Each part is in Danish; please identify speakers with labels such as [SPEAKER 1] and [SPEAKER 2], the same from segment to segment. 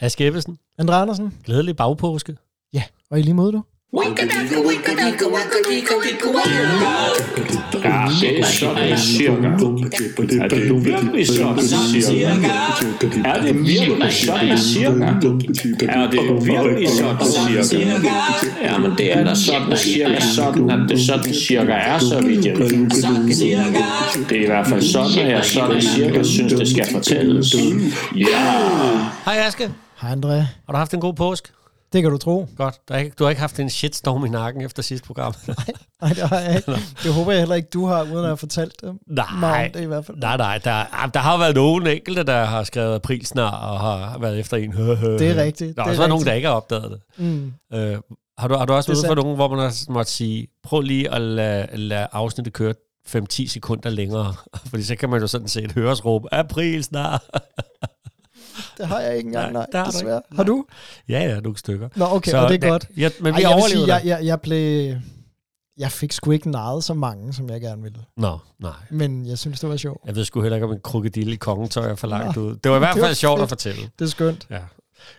[SPEAKER 1] Aske Ebbesen,
[SPEAKER 2] Andre Andersen,
[SPEAKER 1] glædelig bagpåske.
[SPEAKER 2] og i lige måde du.
[SPEAKER 3] Ja, det er sådan cirka. Er det nu virkelig sådan cirka? Er det virkelig sådan cirka? Er det virkelig sådan cirka? Ja, men det er da sådan cirka sådan, at det sådan cirka er, så vidt jeg ved. Det er i hvert fald sådan, at jeg sådan cirka synes, det skal fortælles. Ja!
[SPEAKER 1] Hej Aske,
[SPEAKER 2] Hej André.
[SPEAKER 1] har du haft en god påske?
[SPEAKER 2] Det kan du tro.
[SPEAKER 1] Godt, der er ikke, du har ikke haft en shitstorm i nakken efter sidste program.
[SPEAKER 2] Ej, det, har jeg ikke. det håber jeg heller ikke, du har, uden at have fortalt dem.
[SPEAKER 1] Nej.
[SPEAKER 2] Mig om det i hvert fald.
[SPEAKER 1] nej, nej, der, ah, der har været nogen enkelte, der har skrevet april snart og har været efter en.
[SPEAKER 2] Det er rigtigt.
[SPEAKER 1] Der har også
[SPEAKER 2] det er
[SPEAKER 1] været nogen, der
[SPEAKER 2] rigtigt.
[SPEAKER 1] ikke har opdaget det.
[SPEAKER 2] Mm.
[SPEAKER 1] Øh, har, du, har du også været ude
[SPEAKER 2] Det er
[SPEAKER 1] for
[SPEAKER 2] sandt.
[SPEAKER 1] nogen, hvor man har måtte sige, prøv lige at lade, lade afsnittet køre 5-10 sekunder længere, fordi så kan man jo sådan set høre os råbe, april snart.
[SPEAKER 2] Det har jeg ikke
[SPEAKER 1] Nej,
[SPEAKER 2] engang, nej.
[SPEAKER 1] der har du
[SPEAKER 2] desværre.
[SPEAKER 1] ikke.
[SPEAKER 2] Har du?
[SPEAKER 1] Ja, ja, nogle stykker.
[SPEAKER 2] Nå, okay, så, og det er
[SPEAKER 1] ja,
[SPEAKER 2] godt.
[SPEAKER 1] Ja, men vi
[SPEAKER 2] Ej, jeg, vil
[SPEAKER 1] overlevede
[SPEAKER 2] sige,
[SPEAKER 1] sige,
[SPEAKER 2] jeg, jeg, jeg blev... Jeg fik sgu ikke nejet så mange, som jeg gerne ville.
[SPEAKER 1] Nå, nej.
[SPEAKER 2] Men jeg synes, det var sjovt.
[SPEAKER 1] Jeg ved sgu heller ikke, om en krokodille i kongetøj er for langt
[SPEAKER 2] Nå,
[SPEAKER 1] ud. Det var i hvert
[SPEAKER 2] det var
[SPEAKER 1] fald sjovt at
[SPEAKER 2] fedt.
[SPEAKER 1] fortælle.
[SPEAKER 2] Det er skønt.
[SPEAKER 1] Ja.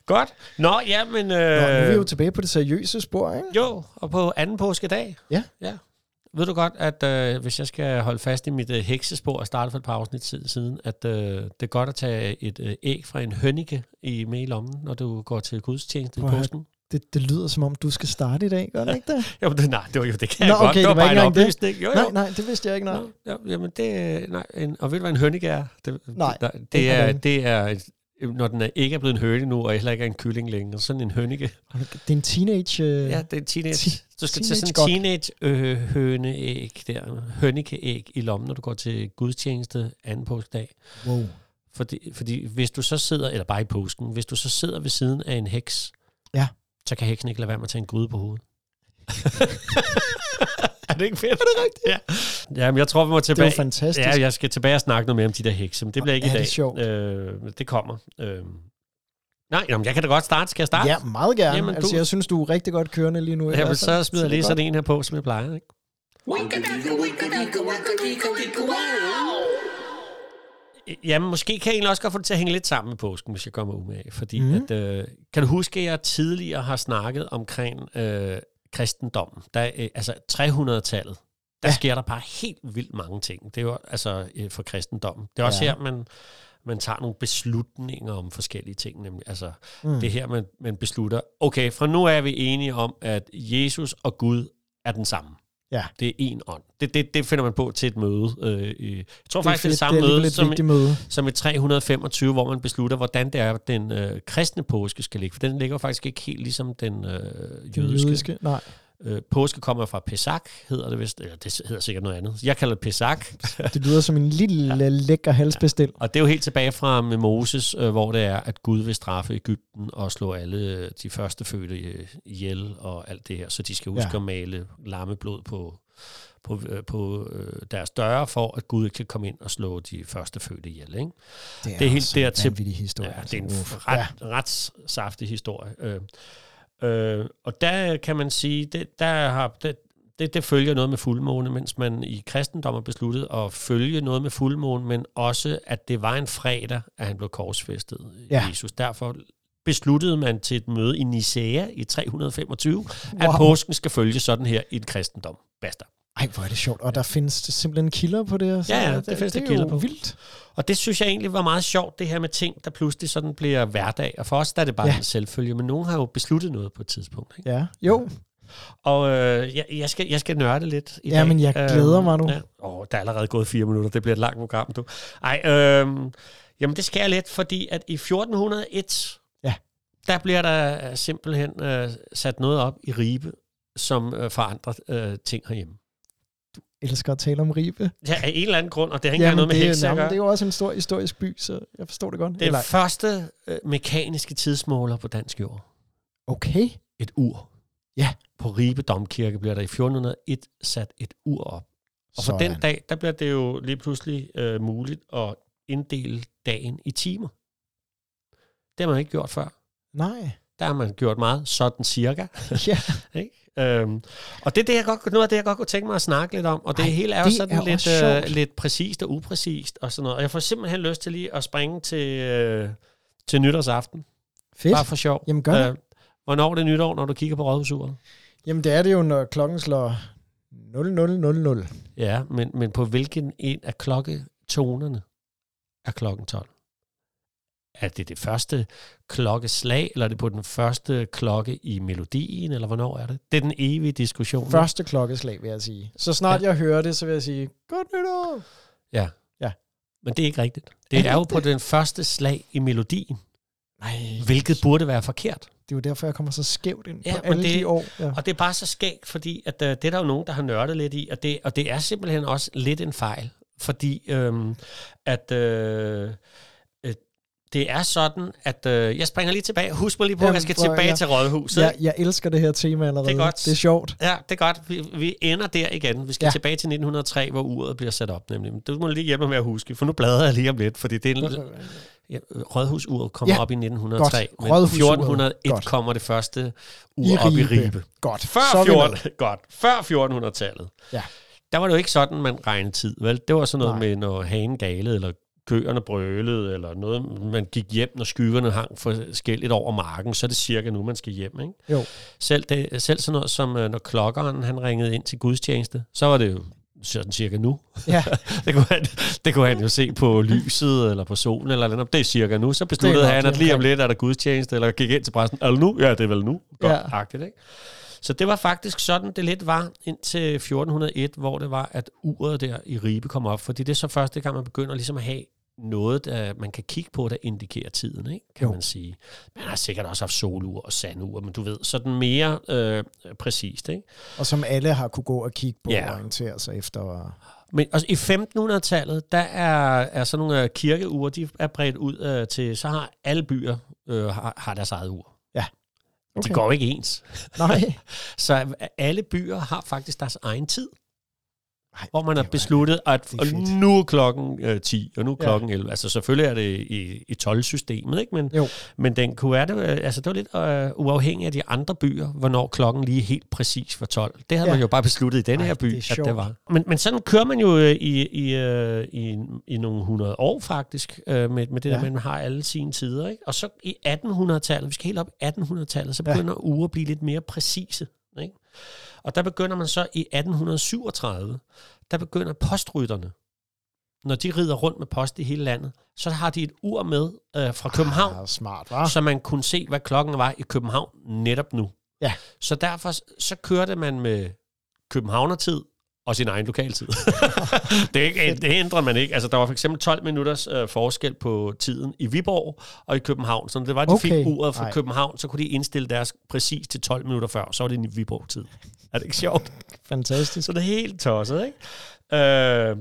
[SPEAKER 1] Godt. Nå, ja, men... Øh,
[SPEAKER 2] Nå, nu er vi jo tilbage på det seriøse spor, ikke?
[SPEAKER 1] Jo, og på anden påskedag.
[SPEAKER 2] Ja.
[SPEAKER 1] ja. Ved du godt, at øh, hvis jeg skal holde fast i mit øh, heksespor og starte for et par afsnit tid siden, at øh, det er godt at tage et øh, æg fra en hønnike i med i lommen, når du går til gudstjeneste i
[SPEAKER 2] Prøv at høre.
[SPEAKER 1] påsken?
[SPEAKER 2] Det, det lyder som om, du skal starte i dag, gør det ikke det?
[SPEAKER 1] Jo, men det, nej, det var jo det kan
[SPEAKER 2] Nå,
[SPEAKER 1] jeg godt.
[SPEAKER 2] okay,
[SPEAKER 1] det var,
[SPEAKER 2] det var
[SPEAKER 1] bare
[SPEAKER 2] ikke
[SPEAKER 1] en
[SPEAKER 2] engang det.
[SPEAKER 1] oplysning. Jo, jo.
[SPEAKER 2] Nej, nej, det vidste jeg ikke, nej.
[SPEAKER 1] Nå, ja, jamen det, øh, nej, en, og ved du, hvad en hønnike er? Det,
[SPEAKER 2] Nej,
[SPEAKER 1] der, det,
[SPEAKER 2] ikke
[SPEAKER 1] er,
[SPEAKER 2] hvordan.
[SPEAKER 1] det er, et- når den er, ikke er blevet en høne nu, og heller ikke er en kylling længere. Sådan en hønnike.
[SPEAKER 2] Det er en teenage... Øh,
[SPEAKER 1] Ja,
[SPEAKER 2] ja.
[SPEAKER 1] det er en teenage.
[SPEAKER 2] Ti-
[SPEAKER 1] Du skal tage sådan
[SPEAKER 2] teenage-gok.
[SPEAKER 1] en teenage øh, høneæg der, hønnikeæg i lommen, når du går til gudstjeneste anden påskedag.
[SPEAKER 2] Wow.
[SPEAKER 1] Fordi, fordi hvis du så sidder, eller bare i påsken, hvis du så sidder ved siden af en heks,
[SPEAKER 2] Ja.
[SPEAKER 1] så kan heksen ikke lade være med at tage en gryde på hovedet. er det ikke fedt? Er det rigtigt? Ja. Jamen, jeg tror, vi må
[SPEAKER 2] Det var
[SPEAKER 1] tilbage.
[SPEAKER 2] fantastisk.
[SPEAKER 1] Ja, jeg skal tilbage og snakke noget mere om de der hekse, men det bliver ikke
[SPEAKER 2] er
[SPEAKER 1] i dag.
[SPEAKER 2] det sjovt.
[SPEAKER 1] Øh, men det kommer. Øh. Nej, jamen, jeg kan da godt starte. Skal jeg starte?
[SPEAKER 2] Ja, meget gerne.
[SPEAKER 1] Jamen,
[SPEAKER 2] Jamen,
[SPEAKER 1] du-
[SPEAKER 2] altså, jeg synes, du er rigtig godt kørende lige nu. i
[SPEAKER 1] Jamen,
[SPEAKER 2] hvert fald.
[SPEAKER 1] så smider jeg
[SPEAKER 2] det er
[SPEAKER 1] lige
[SPEAKER 2] godt.
[SPEAKER 1] sådan en her på, som jeg plejer. Ikke? Jamen, måske kan jeg egentlig også godt få det til at hænge lidt sammen med påsken, hvis jeg kommer umage. Fordi mm.
[SPEAKER 2] Mhm.
[SPEAKER 1] at, øh, kan du huske, at jeg tidligere har snakket omkring øh, kristendommen? Der, øh, altså 300-tallet. Der ja.
[SPEAKER 2] Ja.
[SPEAKER 1] sker der bare helt vildt mange ting. Det er jo altså øh, for kristendommen. Det er også ja.
[SPEAKER 2] Ja.
[SPEAKER 1] her, man, man tager nogle beslutninger om forskellige ting. Nemlig, altså,
[SPEAKER 2] Mm.
[SPEAKER 1] det er her, man, man beslutter, okay, fra nu er vi enige om, at Jesus og Gud er den samme.
[SPEAKER 2] Ja.
[SPEAKER 1] Det er en ånd. Det, det, det finder man på til et møde. Øh, øh, jeg tror faktisk, det er det
[SPEAKER 2] fedt.
[SPEAKER 1] samme
[SPEAKER 2] alligevel
[SPEAKER 1] møde
[SPEAKER 2] et
[SPEAKER 1] som,
[SPEAKER 2] vigtigt møde.
[SPEAKER 1] som i 325, hvor man beslutter, hvordan det er, at den øh, kristne påske skal ligge. For den ligger jo faktisk ikke helt ligesom den øh,
[SPEAKER 2] Den
[SPEAKER 1] jødiske. jødiske.
[SPEAKER 2] jødiske. Nej,
[SPEAKER 1] Øh, påske kommer fra Pesach, hedder det vist. Eller det hedder sikkert noget andet. Jeg kalder det Pesach.
[SPEAKER 2] det lyder som en lille ja. lækker halsbestil.
[SPEAKER 1] Og det er jo helt tilbage fra med Moses, øh, hvor det er, at Gud vil straffe Ægypten og slå alle øh, de førstefødte øh, ihjel og alt det her. Så de skal huske ja.
[SPEAKER 2] Ja.
[SPEAKER 1] at male lammeblod på, på, øh, på øh, deres døre, for at Gud ikke kan komme ind og slå de førstefødte ihjel. Ikke?
[SPEAKER 2] Det
[SPEAKER 1] helt
[SPEAKER 2] også en
[SPEAKER 1] dertil-
[SPEAKER 2] vanvittig historie.
[SPEAKER 1] Ja, det
[SPEAKER 2] altså.
[SPEAKER 1] er en
[SPEAKER 2] Uff.
[SPEAKER 1] ret, ja. ret saftig historie. Øh, øh, og der kan man sige, det, der har, det, det, det følger noget med fuldmåne, mens man i kristendommen besluttede at følge noget med fuldmåne, men også, at det var en fredag, at han blev korsfæstet, ja.
[SPEAKER 2] Ja.
[SPEAKER 1] Jesus. Derfor besluttede man til et møde i Nicea i 325, wow. at
[SPEAKER 2] Wow.
[SPEAKER 1] påsken skal følge sådan her i en kristendom. Basta.
[SPEAKER 2] Ej, hvor er det sjovt. Og der findes simpelthen kilder på det. og Så
[SPEAKER 1] Ja, ja, det findes der
[SPEAKER 2] det er
[SPEAKER 1] kilder
[SPEAKER 2] jo
[SPEAKER 1] på.
[SPEAKER 2] vildt.
[SPEAKER 1] Og det synes jeg egentlig var meget sjovt, det her med ting, der pludselig sådan bliver hverdag. Og for os der er det bare ja.
[SPEAKER 2] Ja.
[SPEAKER 1] en selvfølge, men nogen har jo besluttet noget på et tidspunkt. Ikke?
[SPEAKER 2] Ja, jo.
[SPEAKER 1] Og øh, jeg, jeg, skal, jeg skal nørde lidt i
[SPEAKER 2] Ja,
[SPEAKER 1] dag. Øhm,
[SPEAKER 2] men jeg glæder mig nu.
[SPEAKER 1] Ja. Åh, der er allerede gået fire minutter, det bliver et langt program, du. Ej, øh, jamen det skal jeg lidt, fordi at i 1401,
[SPEAKER 2] Ja.
[SPEAKER 1] der bliver der øh, simpelthen øh, sat noget op i Ribe, som øh, forandrer øh, ting herhjemme.
[SPEAKER 2] Elsker at tale om Ribe.
[SPEAKER 1] Ja, af en eller anden grund, og det har ikke engang noget med
[SPEAKER 2] det,
[SPEAKER 1] hekse at
[SPEAKER 2] jamen,
[SPEAKER 1] gøre.
[SPEAKER 2] det er jo også en stor historisk by, så jeg forstår det godt.
[SPEAKER 1] Den
[SPEAKER 2] Eller-
[SPEAKER 1] første øh, mekaniske tidsmåler på dansk jord.
[SPEAKER 2] okay.
[SPEAKER 1] Et ur.
[SPEAKER 2] Ja.
[SPEAKER 1] På Ribe Domkirke bliver der i 1401 sat et ur op. Og for den
[SPEAKER 2] Sådan.
[SPEAKER 1] dag, der bliver det jo lige pludselig øh, muligt at inddele dagen i timer. Det har man ikke gjort før.
[SPEAKER 2] Nej.
[SPEAKER 1] Der har man gjort meget sådan cirka.
[SPEAKER 2] Ja,
[SPEAKER 1] Øhm, og det er det, jeg godt, noget af det, jeg godt kunne tænke mig at snakke lidt om. Og det Ej,
[SPEAKER 2] Ej,
[SPEAKER 1] hele er jo
[SPEAKER 2] det
[SPEAKER 1] sådan
[SPEAKER 2] er
[SPEAKER 1] lidt,
[SPEAKER 2] også
[SPEAKER 1] øh,
[SPEAKER 2] sjovt.
[SPEAKER 1] lidt præcist og upræcist og sådan noget. Og jeg får simpelthen lyst til lige at springe til, øh, til nytårsaften.
[SPEAKER 2] Fedt.
[SPEAKER 1] Bare for sjov.
[SPEAKER 2] Jamen, gør det.
[SPEAKER 1] Øh, hvornår er det nytår, når du kigger på rådhusuret?
[SPEAKER 2] Jamen, det er det jo, når klokken slår 0000.
[SPEAKER 1] Ja, men, men på hvilken en af klokketonerne er klokken 12? Er det det første klokkeslag, eller er det på den første klokke i melodien, eller hvornår er det? Det er den evige diskussion.
[SPEAKER 2] Første klokkeslag, vil jeg sige. Så snart ja. jeg hører det, så vil jeg sige, godt nytår!
[SPEAKER 1] Ja.
[SPEAKER 2] Ja.
[SPEAKER 1] Men det er ikke rigtigt. Det er jo på den første slag i melodien,
[SPEAKER 2] Nej,
[SPEAKER 1] hvilket burde være forkert.
[SPEAKER 2] det er jo derfor, jeg kommer så skævt ind
[SPEAKER 1] Ja,
[SPEAKER 2] ja, på
[SPEAKER 1] men
[SPEAKER 2] alle
[SPEAKER 1] det-
[SPEAKER 2] det... de år. Ja.
[SPEAKER 1] Og det er bare så skægt, fordi at, øh, det er der jo nogen, der har nørdet lidt i, og det, og det er simpelthen også lidt en fejl, fordi øhm, at, øh, øh, det er sådan, at øh, jeg springer lige tilbage. Husk mig lige på, at
[SPEAKER 2] Jamen,
[SPEAKER 1] jeg skal
[SPEAKER 2] prøv at-
[SPEAKER 1] tilbage
[SPEAKER 2] ja.
[SPEAKER 1] til Rådhuset. Ja.
[SPEAKER 2] Jeg, jeg elsker det her tema allerede.
[SPEAKER 1] Det er godt.
[SPEAKER 2] Det er sjovt.
[SPEAKER 1] ja, det er godt. Vi, vi ender der igen. Vi skal ja.
[SPEAKER 2] Ja.
[SPEAKER 1] tilbage til 1903, hvor uret bliver sat op nemlig. Men Du må lige hjælpe med at huske, for nu bladrer jeg lige om lidt, fordi det er en, ja, Rådhusuret kommer ja.
[SPEAKER 2] Ja.
[SPEAKER 1] op i 1903,
[SPEAKER 2] Godt.
[SPEAKER 1] men
[SPEAKER 2] Rådhusuret.
[SPEAKER 1] 1401 godt.
[SPEAKER 2] Godt.
[SPEAKER 1] kommer det første ur Uh, op i Ribe.
[SPEAKER 2] Godt. Så
[SPEAKER 1] Før,
[SPEAKER 2] er vi med.
[SPEAKER 1] 14, godt, før 1400-tallet,
[SPEAKER 2] Ja.
[SPEAKER 1] der var det jo ikke sådan, man regnede tid. Vel? Det var sådan noget Nej.
[SPEAKER 2] Nej.
[SPEAKER 1] med, når hagen galede, eller køerne brølede, eller noget, man gik hjem, når skyggerne hang forskelligt over marken, så er det cirka nu, man skal hjem. Ikke?
[SPEAKER 2] Jo.
[SPEAKER 1] Selv, det, selv sådan noget som, øh, når klokkeren han ringede ind til gudstjeneste, så var det jo sådan cirka nu.
[SPEAKER 2] Ja,
[SPEAKER 1] Det kunne, han, det kunne han jo se på lyset, eller på solen, eller noget. Det er cirka nu. Så besluttede
[SPEAKER 2] Det er nok
[SPEAKER 1] han, at
[SPEAKER 2] lige
[SPEAKER 1] lige om lidt er der gudstjeneste, eller gik ind til præsten. Er det nu? Ja, det er vel nu. Godt,
[SPEAKER 2] Ja.
[SPEAKER 1] ja. agtigt, ikke? Så det var faktisk sådan, det lidt var indtil 1401, hvor det var, at uret der i Ribe kom op. Fordi det er så første gang, man begynder ligesom at have noget, der man kan kigge på, der indikerer tiden, ikke? kan jo.
[SPEAKER 2] Jo.
[SPEAKER 1] man sige. Man har sikkert også haft solur og sandur, men du ved, sådan mere øh, præcist. Ikke?
[SPEAKER 2] og som alle har kunne gå og kigge på
[SPEAKER 1] Ja.
[SPEAKER 2] og orientere sig efter. og-
[SPEAKER 1] Men også i 1500-tallet, der er, er sådan nogle øh, kirkeure, de er bredt ud øh, til, så har alle byer øh, har, har deres eget ur. Okay. De går jo ikke ens.
[SPEAKER 2] Nej.
[SPEAKER 1] Så alle byer har faktisk deres egen tid,
[SPEAKER 2] Nej,
[SPEAKER 1] hvor man har
[SPEAKER 2] det var-
[SPEAKER 1] besluttet, at
[SPEAKER 2] det er
[SPEAKER 1] og
[SPEAKER 2] fedt.
[SPEAKER 1] nu er klokken øh, 10, og nu er
[SPEAKER 2] Ja.
[SPEAKER 1] klokken 11. Altså selvfølgelig er det i, i 12-systemet, ikke? Men,
[SPEAKER 2] Jo.
[SPEAKER 1] men den kunne være det, øh, altså det var lidt øh, uafhængigt af de andre byer, hvornår klokken lige helt præcis var 12. Det havde ja.
[SPEAKER 2] Ja.
[SPEAKER 1] man jo bare besluttet i denne
[SPEAKER 2] Ej,
[SPEAKER 1] her by,
[SPEAKER 2] det er
[SPEAKER 1] at
[SPEAKER 2] sjovt.
[SPEAKER 1] det var. Men, men sådan kører man jo øh, i, i, øh, i, i nogle hundrede år faktisk, øh, med, med det ja.
[SPEAKER 2] Ja.
[SPEAKER 1] der, man har alle sine tider. Ikke? Og så i 1800-tallet, vi skal helt op i 1800-tallet, så
[SPEAKER 2] Ja.
[SPEAKER 1] begynder ja. uger at blive lidt mere præcise. Ikke? Og der begynder man så i 1837, der begynder postrytterne. Når de rider rundt med post i hele landet, så har de et ur med øh, fra København,
[SPEAKER 2] Ah, smart, var.
[SPEAKER 1] så man kunne se, hvad klokken var i København netop nu.
[SPEAKER 2] Ja.
[SPEAKER 1] Så derfor s- så kørte man med københavnertid og sin egen lokaltid. det, er ikke, det ændrer man ikke. Altså, der var for eksempel 12 minutters øh, forskel på tiden i Viborg og i København. Så når det var, de okay.
[SPEAKER 2] Okay.
[SPEAKER 1] fik uret fra
[SPEAKER 2] Ej.
[SPEAKER 1] København, så kunne de indstille deres præcis til 12 minutter før. Så var det i Viborg-tid. Er det ikke sjovt?
[SPEAKER 2] Fantastisk.
[SPEAKER 1] Så det er helt tosset, ikke? Øh,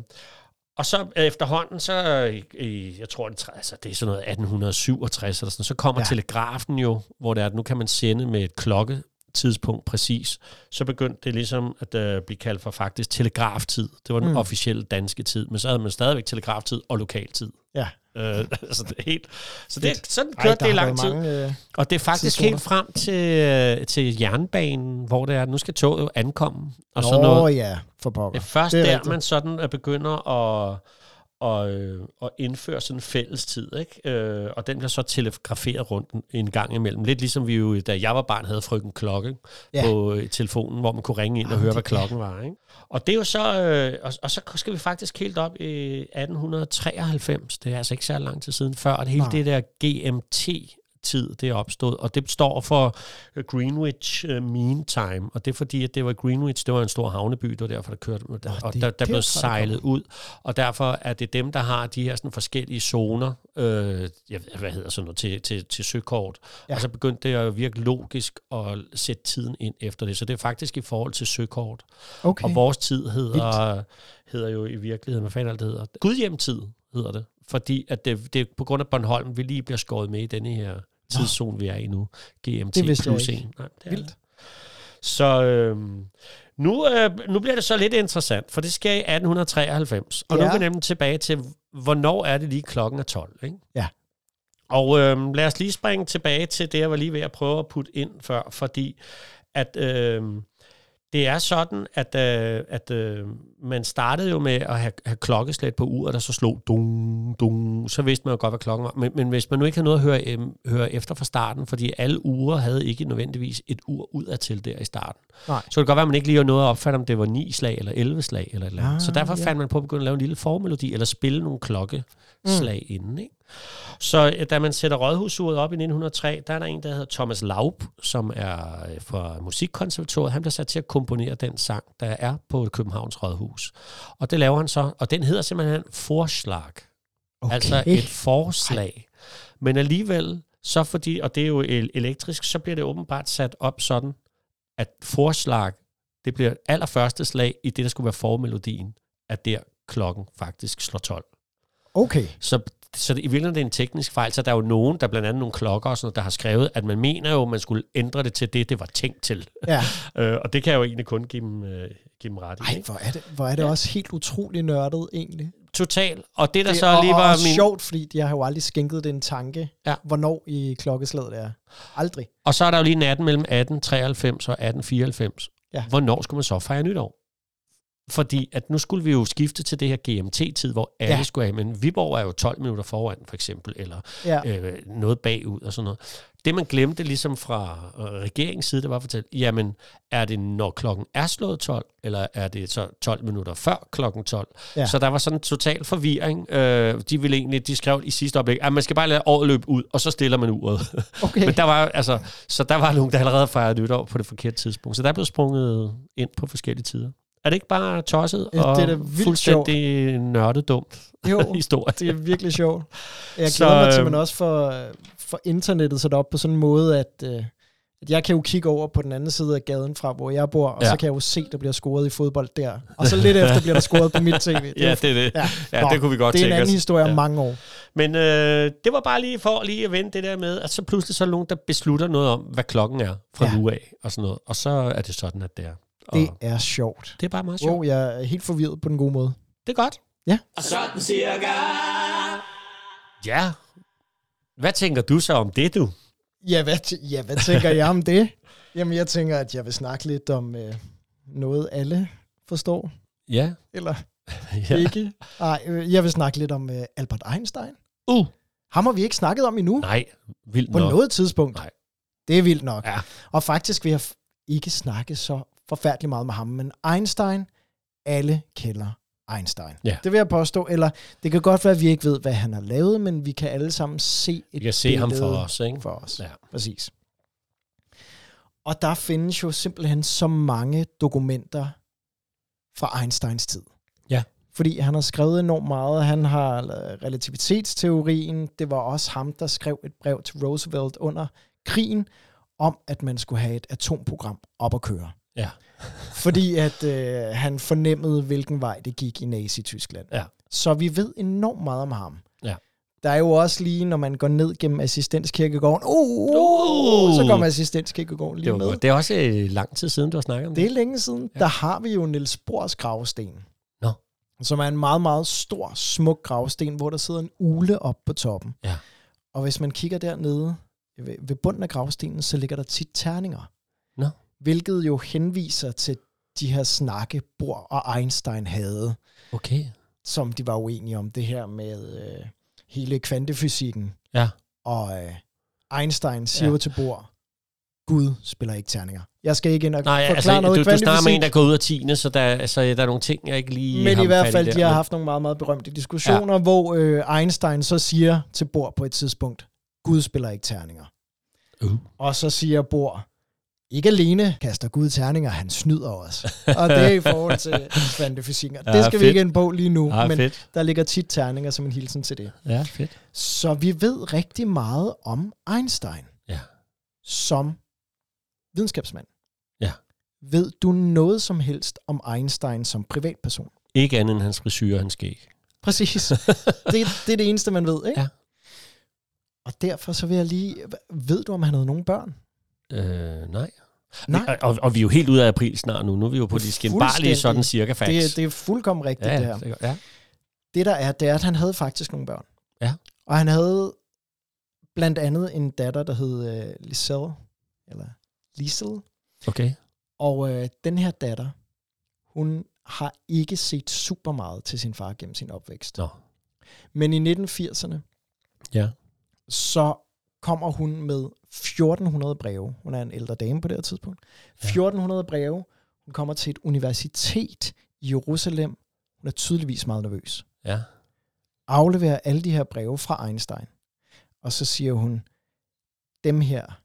[SPEAKER 1] og så efterhånden, så øh, i- i, jeg tror, det, tre- altså, det er sådan noget 1867 eller sådan, så kommer ja.
[SPEAKER 2] Ja.
[SPEAKER 1] telegrafen jo, hvor det er, at nu kan man sende med et klokketidspunkt præcis. Så begyndte det ligesom at øh, blive kaldt for faktisk telegraftid. Det var den mm.
[SPEAKER 2] Mm.
[SPEAKER 1] officielle danske tid, men så havde man stadigvæk telegraftid og lokaltid.
[SPEAKER 2] Ja.
[SPEAKER 1] Øh, altså det er helt, så det,
[SPEAKER 2] Fedt.
[SPEAKER 1] sådan kørte det i lang tid.
[SPEAKER 2] Mange, øh,
[SPEAKER 1] Og det er faktisk
[SPEAKER 2] Tidspunkter.
[SPEAKER 1] helt frem til, øh, til jernbanen, hvor det er, at nu skal toget jo ankomme. Og
[SPEAKER 2] Nå,
[SPEAKER 1] sådan noget.
[SPEAKER 2] ja, for
[SPEAKER 1] Det
[SPEAKER 2] pokker.
[SPEAKER 1] er først
[SPEAKER 2] Det
[SPEAKER 1] det
[SPEAKER 2] er
[SPEAKER 1] er der,
[SPEAKER 2] rigtigt.
[SPEAKER 1] man sådan øh, begynder at, at, øh, at indføre sådan en fælles tid, ikke? Øh, og den bliver så telegraferet rundt en- en gang imellem. Lidt ligesom vi jo, da jeg var barn, havde frygten klokke ja.
[SPEAKER 2] Ja.
[SPEAKER 1] på øh, telefonen, hvor man kunne ringe ind og
[SPEAKER 2] Jamen,
[SPEAKER 1] høre,
[SPEAKER 2] det-
[SPEAKER 1] hvad klokken var, ikke? Og det er jo så, øh, og, og så skal vi faktisk helt op i 1893, det er altså ikke så lang tid siden før, at hele
[SPEAKER 2] Nej.
[SPEAKER 1] det der GMT tid, det er opstået, og det står for øh, Greenwich øh, Mean Time, og det er fordi, at det var Greenwich, det var en stor havneby, det var derfor, der kørte, og, og
[SPEAKER 2] det
[SPEAKER 1] der, der
[SPEAKER 2] er
[SPEAKER 1] blev
[SPEAKER 2] derfor, det
[SPEAKER 1] sejlet ud, og derfor er det dem, der har de her sådan forskellige zoner, øh, jeg ved, hvad hedder sådan noget, til, til, til søkort, ja.
[SPEAKER 2] Ja.
[SPEAKER 1] og så begyndte det at virke logisk at sætte tiden ind efter det, så det er faktisk i forhold til søkort,
[SPEAKER 2] Okay.
[SPEAKER 1] og vores tid hedder, hedder jo i virkeligheden, hvad fanden er det, det hedder? Gudhjemtid hedder det. Fordi at det, det er på grund af Bornholm, vi lige bliver skåret med i denne her tidszone, vi er i nu. GMT
[SPEAKER 2] Det vidste jeg
[SPEAKER 1] plus
[SPEAKER 2] ikke.
[SPEAKER 1] 1. Nej, det er
[SPEAKER 2] Vildt.
[SPEAKER 1] det. Så øhm, nu, øh, nu bliver det så lidt interessant, for det sker i 1893. Og ja. nu
[SPEAKER 2] Ja.
[SPEAKER 1] er vi nemlig tilbage til, hvornår er det lige klokken er 12, ikke?
[SPEAKER 2] Ja.
[SPEAKER 1] Og øhm, lad os lige springe tilbage til det, jeg var lige ved at prøve at putte ind før, fordi at øhm, det er sådan, at, øh, at øh, man startede jo med at have, have klokkeslæt på uret, der så slog dung, dung, så vidste man jo godt, hvad klokken var. Men, men hvis man nu ikke havde noget at høre, øh, høre efter fra starten, fordi alle uger havde ikke nødvendigvis et ur udadtil der i starten,
[SPEAKER 2] Nej.
[SPEAKER 1] så kunne det godt være, at man ikke lige havde noget at opfatte, om det var 9 slag eller 11 slag eller et eller andet.
[SPEAKER 2] Ah,
[SPEAKER 1] så derfor
[SPEAKER 2] ja.
[SPEAKER 1] fandt man på at begynde at lave en lille formelodi, eller spille nogle klokkeslag mm. inden, ikke? Så øh, da man sætter rådhusuret op i 1903, der er der en, der hedder Thomas Laub, som er øh, fra Musikkonservatoriet. Han bliver sat til at komponere den sang, der er på Københavns Rådhus. Og det laver han så, og den hedder simpelthen Forslag, okay. altså et forslag. Men alligevel, så fordi, og det er jo el- elektrisk, så bliver det åbenbart sat op sådan, at Forslag, det bliver allerførste slag i det, der skulle være formelodien, at der klokken faktisk slår 12.
[SPEAKER 2] Okay.
[SPEAKER 1] Så, så det, i virkeligheden det er en teknisk fejl, så der er jo nogen, der blandt andet nogle klokker og sådan noget, der har skrevet, at man mener jo, at man skulle ændre det til det, det var tænkt til.
[SPEAKER 2] Ja.
[SPEAKER 1] Øh, og det kan jeg jo egentlig kun give dem, øh, give dem ret i.
[SPEAKER 2] Ej,
[SPEAKER 1] ikke?
[SPEAKER 2] hvor er det, hvor er det ja. også helt utrolig nørdet egentlig.
[SPEAKER 1] Total. Og det, der det,
[SPEAKER 2] Det
[SPEAKER 1] så lige
[SPEAKER 2] og,
[SPEAKER 1] var
[SPEAKER 2] og
[SPEAKER 1] min...
[SPEAKER 2] sjovt, fordi jeg har jo aldrig skænket det en tanke,
[SPEAKER 1] Ja.
[SPEAKER 2] hvornår i klokkeslaget det er. Aldrig.
[SPEAKER 1] Og så er der jo lige natten mellem 1893 og 1894.
[SPEAKER 2] Ja.
[SPEAKER 1] Hvornår skulle man så fejre nytår? Fordi at nu skulle vi jo skifte til det her GMT-tid, hvor alle
[SPEAKER 2] Ja.
[SPEAKER 1] ja. skulle have, men Viborg er jo 12 minutter foran, for eksempel, eller
[SPEAKER 2] Ja.
[SPEAKER 1] øh, noget bagud og sådan noget. Det, man glemte ligesom fra øh, regeringens side, det var at fortælle, jamen, er det når klokken er slået 12, eller er det så 12 minutter før klokken 12?
[SPEAKER 2] Ja.
[SPEAKER 1] Ja. Så der var sådan en total forvirring. Øh, de ville egentlig, de skrev i sidste øjeblik, at man skal bare lade året løbe ud, og så stiller man uret.
[SPEAKER 2] Okay.
[SPEAKER 1] Men der var, altså, så der var nogen, der allerede fejrede nytår på det forkerte tidspunkt. Så der blev sprunget ind på forskellige tider. Er det ikke bare tosset
[SPEAKER 2] Ja, det er
[SPEAKER 1] og
[SPEAKER 2] da vildt
[SPEAKER 1] fuldstændig nørdedumt
[SPEAKER 2] Jo,
[SPEAKER 1] historie?
[SPEAKER 2] det er virkelig sjovt. Jeg
[SPEAKER 1] Så,
[SPEAKER 2] glæder mig til, at
[SPEAKER 1] øhm,
[SPEAKER 2] man også får, for internettet sat op på sådan en måde, at, øh, at jeg kan jo kigge over på den anden side af gaden fra, hvor jeg bor, og ja.
[SPEAKER 1] Ja.
[SPEAKER 2] så kan jeg jo se, der bliver scoret i fodbold der. Og så lidt efter bliver der scoret på mit tv. Det er
[SPEAKER 1] Ja,
[SPEAKER 2] jo-
[SPEAKER 1] det er det.
[SPEAKER 2] ja.
[SPEAKER 1] Ja, det kunne vi godt
[SPEAKER 2] det er en
[SPEAKER 1] tænke
[SPEAKER 2] anden
[SPEAKER 1] os.
[SPEAKER 2] historie om
[SPEAKER 1] Ja.
[SPEAKER 2] mange år.
[SPEAKER 1] Men øh, det var bare lige for lige at vende det der med, at så pludselig så er der nogen, der beslutter noget om, hvad klokken er fra
[SPEAKER 2] Ja.
[SPEAKER 1] ja. nu af og sådan noget. Og så er det sådan, at det er. Og
[SPEAKER 2] Det
[SPEAKER 1] det,
[SPEAKER 2] er sjovt.
[SPEAKER 1] det er bare meget sjovt.
[SPEAKER 2] Wow, jeg er helt forvirret på den gode måde.
[SPEAKER 1] Det er godt.
[SPEAKER 3] Og sådan cirka.
[SPEAKER 1] Ja. Hvad tænker du så om det, du?
[SPEAKER 2] Ja, hvad, t- ja, hvad tænker jeg om det? Jamen, jeg tænker, at jeg vil snakke lidt om øh, noget, alle forstår.
[SPEAKER 1] Ja.
[SPEAKER 2] Eller ja.
[SPEAKER 1] ja.
[SPEAKER 2] ikke. Nej, øh, jeg vil snakke lidt om øh, Albert Einstein.
[SPEAKER 1] Uh.
[SPEAKER 2] Ham har vi ikke snakket om endnu.
[SPEAKER 1] Nej, vildt
[SPEAKER 2] på
[SPEAKER 1] nok.
[SPEAKER 2] noget tidspunkt.
[SPEAKER 1] Nej.
[SPEAKER 2] Det er vildt nok.
[SPEAKER 1] Ja.
[SPEAKER 2] Og faktisk vil jeg f- ikke snakke så forfærdeligt meget med ham, men Einstein, alle kender Einstein.
[SPEAKER 1] Ja.
[SPEAKER 2] Det vil jeg påstå. Eller det kan godt være, at vi ikke ved, hvad han har lavet, men vi kan alle sammen se et
[SPEAKER 1] Vi kan se ham for
[SPEAKER 2] billede
[SPEAKER 1] os, ikke?
[SPEAKER 2] for os.
[SPEAKER 1] Ja.
[SPEAKER 2] Præcis. Og der findes jo simpelthen så mange dokumenter fra Einsteins tid.
[SPEAKER 1] Ja.
[SPEAKER 2] Fordi han har skrevet enormt meget. Han har lavet relativitetsteorien. Det var også ham, der skrev et brev til Roosevelt under krigen, om at man skulle have et atomprogram op at køre.
[SPEAKER 1] Ja.
[SPEAKER 2] Fordi at øh, han fornemmede, hvilken vej det gik i Nazi-Tyskland.
[SPEAKER 1] Ja.
[SPEAKER 2] Så vi ved enormt meget om ham.
[SPEAKER 1] Ja.
[SPEAKER 2] Der er jo også lige, når man går ned gennem assistenskirkegården, uh, uh, uh, så kommer assistenskirkegården
[SPEAKER 1] Det,
[SPEAKER 2] lige
[SPEAKER 1] var
[SPEAKER 2] med.
[SPEAKER 1] godt. det er også øh, lang tid siden, du har snakket om
[SPEAKER 2] Det
[SPEAKER 1] det.
[SPEAKER 2] er længe siden. Ja. Der har vi jo Niels Bohrs gravsten.
[SPEAKER 1] Nå.
[SPEAKER 2] Som er en meget, meget stor, smuk gravsten, hvor der sidder en ule op på toppen.
[SPEAKER 1] Ja.
[SPEAKER 2] Og hvis man kigger dernede ved, ved bunden af gravstenen, så ligger der tit terninger.
[SPEAKER 1] Nå.
[SPEAKER 2] Hvilket jo henviser til de her snakke, Bohr og Einstein havde,
[SPEAKER 1] Okay.
[SPEAKER 2] som de var uenige om, det her med øh, hele kvantefysikken.
[SPEAKER 1] Ja.
[SPEAKER 2] Og øh, Einstein siger
[SPEAKER 1] Ja.
[SPEAKER 2] jo til Bohr, Gud spiller ikke terninger. Jeg skal ikke ind og
[SPEAKER 1] Nej,
[SPEAKER 2] forklare
[SPEAKER 1] altså,
[SPEAKER 2] noget
[SPEAKER 1] du, du snakker med
[SPEAKER 2] kvantefysik.
[SPEAKER 1] en, der går ud af 10. Så der, altså, der er nogle ting, jeg ikke lige
[SPEAKER 2] Men
[SPEAKER 1] har
[SPEAKER 2] i hvert
[SPEAKER 1] fat
[SPEAKER 2] fald,
[SPEAKER 1] der,
[SPEAKER 2] de har
[SPEAKER 1] men-
[SPEAKER 2] haft nogle meget, meget berømte diskussioner, ja. hvor øh, Einstein så siger til Bohr på et tidspunkt, Gud spiller ikke terninger.
[SPEAKER 1] Uh.
[SPEAKER 2] Og så siger Bohr, ikke alene kaster Gud terninger, han snyder os. Og det er i forhold til kvantefysikken. Ja,
[SPEAKER 1] Ja,
[SPEAKER 2] det skal fedt. vi
[SPEAKER 1] fedt.
[SPEAKER 2] ikke ind på lige nu,
[SPEAKER 1] Ja,
[SPEAKER 2] men
[SPEAKER 1] Ah, fedt.
[SPEAKER 2] der ligger tit terninger som en hilsen til det.
[SPEAKER 1] Ja, fedt.
[SPEAKER 2] Så vi ved rigtig meget om Einstein
[SPEAKER 1] Ja.
[SPEAKER 2] som videnskabsmand.
[SPEAKER 1] Ja.
[SPEAKER 2] Ved du noget som helst om Einstein som privatperson?
[SPEAKER 1] Ikke andet end hans frisyr og hans skæg.
[SPEAKER 2] Præcis. det, det er det eneste, man ved, ikke?
[SPEAKER 1] Ja.
[SPEAKER 2] Og derfor så vil jeg lige... Ved du, om han havde nogen børn?
[SPEAKER 1] Øh, nej.
[SPEAKER 2] Nej,
[SPEAKER 1] Og, og vi er jo helt ude af april snart nu. Nu er vi jo på de skinbarlige
[SPEAKER 2] Fuldstændig.
[SPEAKER 1] sådan cirka facts.
[SPEAKER 2] det, det er fuldkommen rigtigt, ja, det her.
[SPEAKER 1] det, ja.
[SPEAKER 2] Det der er, det er, at han havde faktisk nogle børn.
[SPEAKER 1] Ja.
[SPEAKER 2] Og han havde blandt andet en datter, der hed øh, Lisel, eller Lisel,
[SPEAKER 1] Okay.
[SPEAKER 2] Og øh, den her datter, hun har ikke set super meget til sin far gennem sin opvækst.
[SPEAKER 1] Nå.
[SPEAKER 2] Men i 1980'erne,
[SPEAKER 1] Ja.
[SPEAKER 2] så kommer hun med 1400 breve. Hun er en ældre dame på det her tidspunkt.
[SPEAKER 1] Ja.
[SPEAKER 2] 1400 breve. Hun kommer til et universitet i Jerusalem. Hun er tydeligvis meget nervøs.
[SPEAKER 1] Ja.
[SPEAKER 2] Afleverer alle de her breve fra Einstein. Og så siger hun, dem her,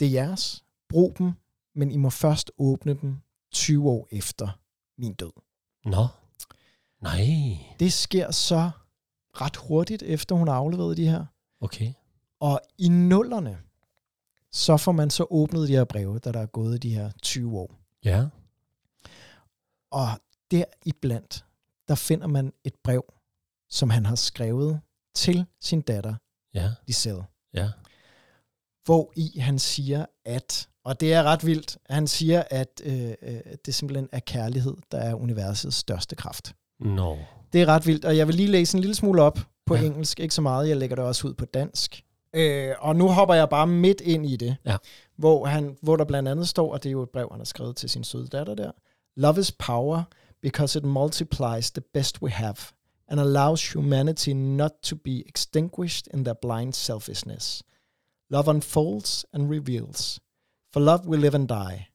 [SPEAKER 2] det er jeres. Brug dem, men I må først åbne dem 20 år efter min død.
[SPEAKER 1] Nå. Nej.
[SPEAKER 2] Det sker så ret hurtigt, efter hun har afleveret de her.
[SPEAKER 1] Okay.
[SPEAKER 2] Og i nullerne, så får man så åbnet de her breve, da der er gået de her 20 år.
[SPEAKER 1] Ja.
[SPEAKER 2] Og deriblandt, der finder man et brev, som han har skrevet til sin datter,
[SPEAKER 1] Ja.
[SPEAKER 2] Lisette.
[SPEAKER 1] Ja.
[SPEAKER 2] Hvor i han siger, at, og det er ret vildt, han siger, at øh, øh, det simpelthen er kærlighed, der er universets største kraft.
[SPEAKER 1] Nå.
[SPEAKER 2] Det er ret vildt, og jeg vil lige læse en lille smule op på
[SPEAKER 1] Ja.
[SPEAKER 2] ja. engelsk. Ikke så meget, jeg lægger det også ud på dansk. Øh, og nu hopper jeg bare midt ind i det,
[SPEAKER 1] Ja.
[SPEAKER 2] hvor, han, hvor der blandt andet står, og det er jo et brev, han har skrevet til sin søde datter der. Love is power, because it multiplies the best we have, and allows humanity not to be extinguished in their blind selfishness. Love unfolds and reveals. For love we live and die.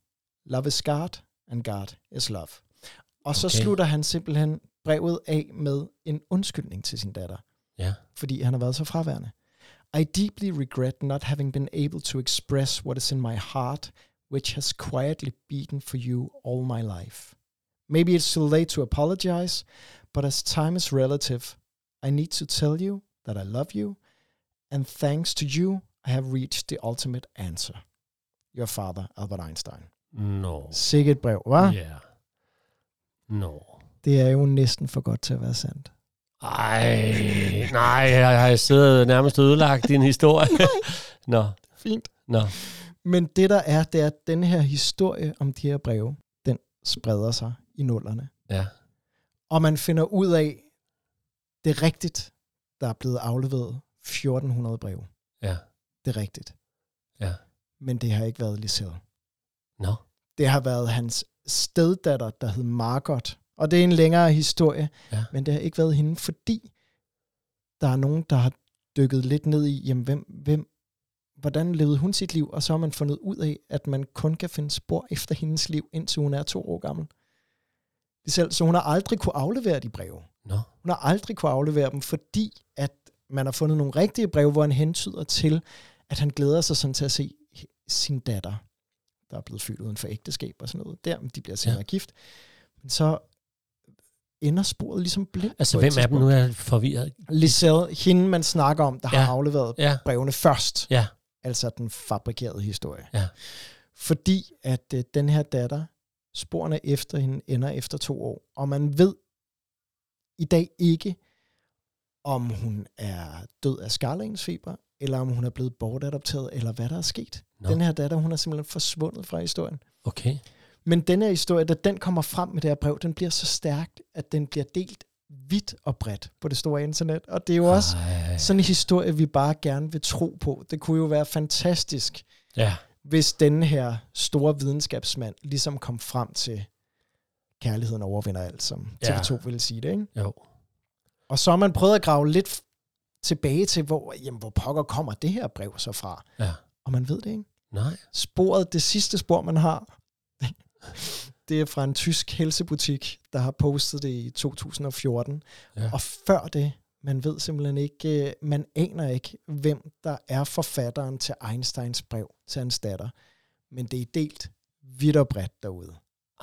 [SPEAKER 2] Love is God, and God is love. Og så
[SPEAKER 1] Okay.
[SPEAKER 2] slutter han simpelthen brevet af med en undskyldning til sin datter,
[SPEAKER 1] Ja.
[SPEAKER 2] fordi han har været så fraværende. I deeply regret not having been able to express what is in my heart, which has quietly beaten for you all my life. Maybe it's too late to apologize, but as time is relative, I need to tell you that I love you, and thanks to you, I have reached the ultimate answer. Your father, Albert Einstein.
[SPEAKER 1] Nå.
[SPEAKER 2] Sikke et brev, hva'? Yeah.
[SPEAKER 1] Ja. Nå.
[SPEAKER 2] Det er jo næsten for godt til at være sandt.
[SPEAKER 1] Ej, nej, jeg har siddet og nærmest ødelagt din historie. Nå,
[SPEAKER 2] Fint.
[SPEAKER 1] nå.
[SPEAKER 2] Men det der er, det er, at den her historie om de her breve, den spreder sig i nullerne.
[SPEAKER 1] Ja.
[SPEAKER 2] Og man finder ud af, det er rigtigt, der er blevet afleveret 1400 breve.
[SPEAKER 1] Ja.
[SPEAKER 2] Det er rigtigt.
[SPEAKER 1] Ja.
[SPEAKER 2] Men det har ikke været Lisette.
[SPEAKER 1] Nå.
[SPEAKER 2] Det har været hans steddatter, der hed Margot. Og det er en længere historie,
[SPEAKER 1] Ja.
[SPEAKER 2] men det har ikke været hende, fordi der er nogen, der har dykket lidt ned i, jamen, hvem, hvem, hvordan levede hun sit liv, og så har man fundet ud af, at man kun kan finde spor efter hendes liv, indtil hun er to år gammel. Det selv, så hun har aldrig kunne aflevere de breve.
[SPEAKER 1] Nå.
[SPEAKER 2] Hun har aldrig kunne aflevere dem, fordi at man har fundet nogle rigtige breve, hvor han hentyder til, at han glæder sig sådan til at se he- sin datter, der er blevet født uden for ægteskab og sådan noget. Der, men de bliver senere
[SPEAKER 1] Ja.
[SPEAKER 2] ja. gift. Men så ender sporet ligesom blindt.
[SPEAKER 1] Altså,
[SPEAKER 2] på et
[SPEAKER 1] hvem er dem nu,
[SPEAKER 2] tidspunkt.
[SPEAKER 1] jeg er forvirret?
[SPEAKER 2] Lisette, hende man snakker om, der ja.
[SPEAKER 1] Ja.
[SPEAKER 2] har afleveret
[SPEAKER 1] Ja,
[SPEAKER 2] brevene først.
[SPEAKER 1] Ja.
[SPEAKER 2] Altså den fabrikerede historie.
[SPEAKER 1] Ja.
[SPEAKER 2] Fordi at øh, den her datter, sporene efter hende ender efter to år, og man ved i dag ikke, om hun er død af skarlagensfeber, eller om hun er blevet bortadopteret, eller hvad der er sket.
[SPEAKER 1] Nå.
[SPEAKER 2] No. Den her datter, hun er simpelthen forsvundet fra historien.
[SPEAKER 1] okay.
[SPEAKER 2] Men den her historie, da den kommer frem med det her brev, den bliver så stærkt, at den bliver delt vidt og bredt på det store internet. Og det er jo
[SPEAKER 1] Ah.
[SPEAKER 2] også
[SPEAKER 1] Ej.
[SPEAKER 2] sådan en historie, vi bare gerne vil tro på. Det kunne jo være fantastisk,
[SPEAKER 1] Ja,
[SPEAKER 2] hvis den her store videnskabsmand ligesom kom frem til, kærligheden overvinder alt, som
[SPEAKER 1] Ja.
[SPEAKER 2] TV2 ville sige det. Ikke?
[SPEAKER 1] jo.
[SPEAKER 2] Og så har man prøvet at grave lidt f- tilbage til, hvor, jamen, hvor pokker kommer det her brev så fra?
[SPEAKER 1] Ja.
[SPEAKER 2] Og man ved det ikke.
[SPEAKER 1] Nej.
[SPEAKER 2] Sporet, det sidste spor, man har, det er fra en tysk helsebutik, der har postet det i 2014.
[SPEAKER 1] Ja.
[SPEAKER 2] Og før det, man ved simpelthen ikke, øh, man aner ikke, hvem der er forfatteren til Einsteins brev til hans datter. Men det er delt vidt og bredt derude.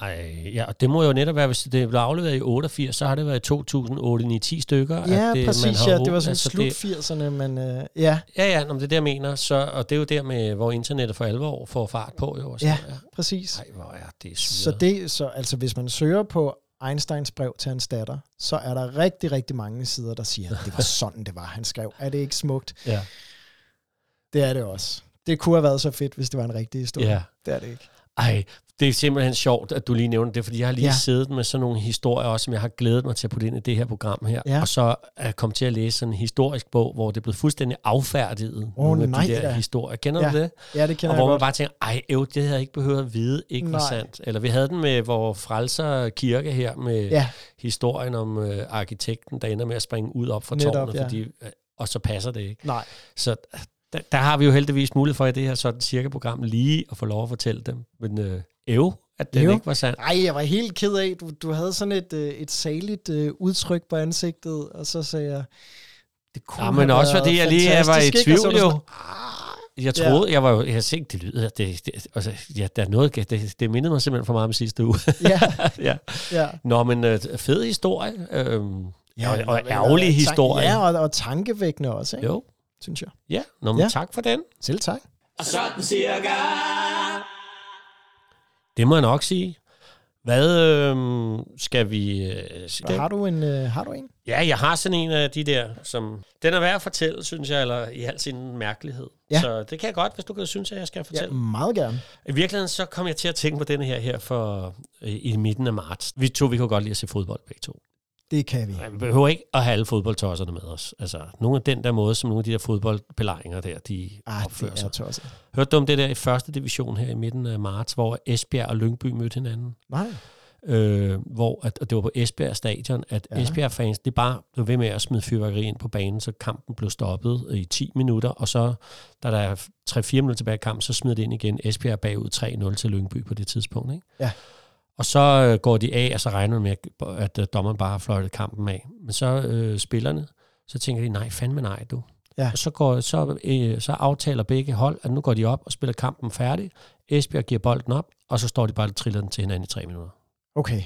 [SPEAKER 1] Ej, ja, og det må jo netop være, hvis det blev afleveret i 88, så har det været i 2008, 9, 10 stykker.
[SPEAKER 2] Ja,
[SPEAKER 1] at det,
[SPEAKER 2] det,
[SPEAKER 1] man
[SPEAKER 2] præcis.
[SPEAKER 1] har
[SPEAKER 2] Ja,
[SPEAKER 1] åbnet.
[SPEAKER 2] det var sådan altså, slut
[SPEAKER 1] det,
[SPEAKER 2] 80'erne, men øh, ja,
[SPEAKER 1] Ja, ja, nå, men det er det, jeg mener. Så, og det er jo der, med, hvor internettet for alvor får fart på. Jo, og så,
[SPEAKER 2] Ja. præcis.
[SPEAKER 1] Ej, hvor er det
[SPEAKER 2] Så
[SPEAKER 1] syret.
[SPEAKER 2] det så altså hvis man søger på Einsteins brev til hans datter, så er der rigtig, rigtig mange sider, der siger, at det var sådan, det var, han skrev. Er det ikke smukt?
[SPEAKER 1] Ja.
[SPEAKER 2] Det er det også. Det kunne have været så fedt, hvis det var en rigtig historie.
[SPEAKER 1] Ja.
[SPEAKER 2] Det er det ikke.
[SPEAKER 1] Ej, det er simpelthen sjovt, at du lige nævner det, fordi jeg har lige
[SPEAKER 2] Ja.
[SPEAKER 1] ja. siddet med sådan nogle historier også, som jeg har glædet mig til at putte ind i det her program her.
[SPEAKER 2] Ja.
[SPEAKER 1] Og så er jeg kommet til at læse sådan en historisk bog, hvor det er blevet fuldstændig affærdiget.
[SPEAKER 2] Åh,
[SPEAKER 1] nogle af
[SPEAKER 2] nej
[SPEAKER 1] de der
[SPEAKER 2] da.
[SPEAKER 1] historier. Kender
[SPEAKER 2] Ja,
[SPEAKER 1] du det?
[SPEAKER 2] Ja, det kender
[SPEAKER 1] og
[SPEAKER 2] jeg
[SPEAKER 1] hvor man
[SPEAKER 2] godt.
[SPEAKER 1] bare tænker, ej, øv, det havde jeg ikke behøvet at vide, ikke var
[SPEAKER 2] Nej.
[SPEAKER 1] sandt. Eller vi havde den med vores frelser kirke her, med
[SPEAKER 2] Ja.
[SPEAKER 1] ja. historien om øh, arkitekten, der ender med at springe ud op fra
[SPEAKER 2] Netop,
[SPEAKER 1] tårnet,
[SPEAKER 2] ja.
[SPEAKER 1] ja. fordi, øh, og så passer det ikke.
[SPEAKER 2] Nej,
[SPEAKER 1] Så der, der har vi jo heldigvis mulighed for i det her sådan cirka program lige at få lov at fortælle dem. Men øh, ev, at den
[SPEAKER 2] Øv.
[SPEAKER 1] ev. ikke var sand.
[SPEAKER 2] Ej, jeg var helt ked af, du, du havde sådan et, øh, et saligt øh, udtryk på ansigtet, og så sagde jeg, det kunne
[SPEAKER 1] Ja, men
[SPEAKER 2] have
[SPEAKER 1] også
[SPEAKER 2] været
[SPEAKER 1] fordi jeg lige jeg var i
[SPEAKER 2] fantastisk, ikke? Og så var
[SPEAKER 1] tvivl
[SPEAKER 2] du
[SPEAKER 1] jo.
[SPEAKER 2] sådan,
[SPEAKER 1] Jeg
[SPEAKER 2] Ja.
[SPEAKER 1] troede, jeg var jo, jeg tænkte, det lyder, det, det, altså, ja, der er noget, det, det mindede mig simpelthen for meget om sidste uge.
[SPEAKER 2] Ja,
[SPEAKER 1] ja.
[SPEAKER 2] ja.
[SPEAKER 1] Nå, men øh, fed historie, øh, ja, og, og
[SPEAKER 2] men,
[SPEAKER 1] ærgerlig
[SPEAKER 2] øh, tan-
[SPEAKER 1] historie.
[SPEAKER 2] Ja, og, og tankevækkende også, ikke?
[SPEAKER 1] Jo,
[SPEAKER 2] synes jeg.
[SPEAKER 1] ja, Nå, men
[SPEAKER 2] Ja.
[SPEAKER 1] ja. tak for den.
[SPEAKER 2] Selv tak.
[SPEAKER 3] Og sådan cirka.
[SPEAKER 1] Det må jeg nok sige. Hvad øh, skal vi... Øh,
[SPEAKER 2] Og har du en? Øh, har du en?
[SPEAKER 1] Ja, jeg har sådan en af de der, som... Den er værd at fortælle, synes jeg, eller i al sin mærkelighed.
[SPEAKER 2] Ja. mm.
[SPEAKER 1] Så det kan jeg godt, hvis du kan synes, at jeg skal fortælle.
[SPEAKER 2] meget gerne.
[SPEAKER 1] I virkeligheden så kom jeg til at tænke på denne her her for øh, i midten af marts. Vi to, vi kan jo godt lide at se fodbold begge to.
[SPEAKER 2] Det kan vi.
[SPEAKER 1] Ja, Vi behøver ikke at have alle fodboldtosserne med os. Altså, nogle af den der måde, som nogle af de der fodboldbelejringer der, de
[SPEAKER 2] Ah,
[SPEAKER 1] opfører
[SPEAKER 2] det er
[SPEAKER 1] sig.
[SPEAKER 2] tosset.
[SPEAKER 1] Hørte du om det der i første division her i midten af marts, hvor Esbjerg og Lyngby mødte hinanden?
[SPEAKER 2] Nej.
[SPEAKER 1] øh, hvor at, og det var på Esbjerg stadion, at
[SPEAKER 2] Ja.
[SPEAKER 1] ja. Esbjerg-fans, det bare blev ved med at smide fyrværkeri ind på banen, så kampen blev stoppet i 10 minutter, og så, da der er 3-4 minutter tilbage i kampen, så smider det ind igen. Esbjerg er bagud 3-0 til Lyngby på det tidspunkt, ikke?
[SPEAKER 2] Ja.
[SPEAKER 1] Og så øh, går de af, og så regner man med, at, at øh, dommeren bare har fløjtet kampen af. Men så øh, spillerne, så tænker de, nej, fandme nej, du.
[SPEAKER 2] Ja.
[SPEAKER 1] Og så, går, så, øh, så aftaler begge hold, at nu går de op og spiller kampen færdig. Esbjerg giver bolden op, og så står de bare og triller den til hinanden i tre minutter.
[SPEAKER 2] Okay.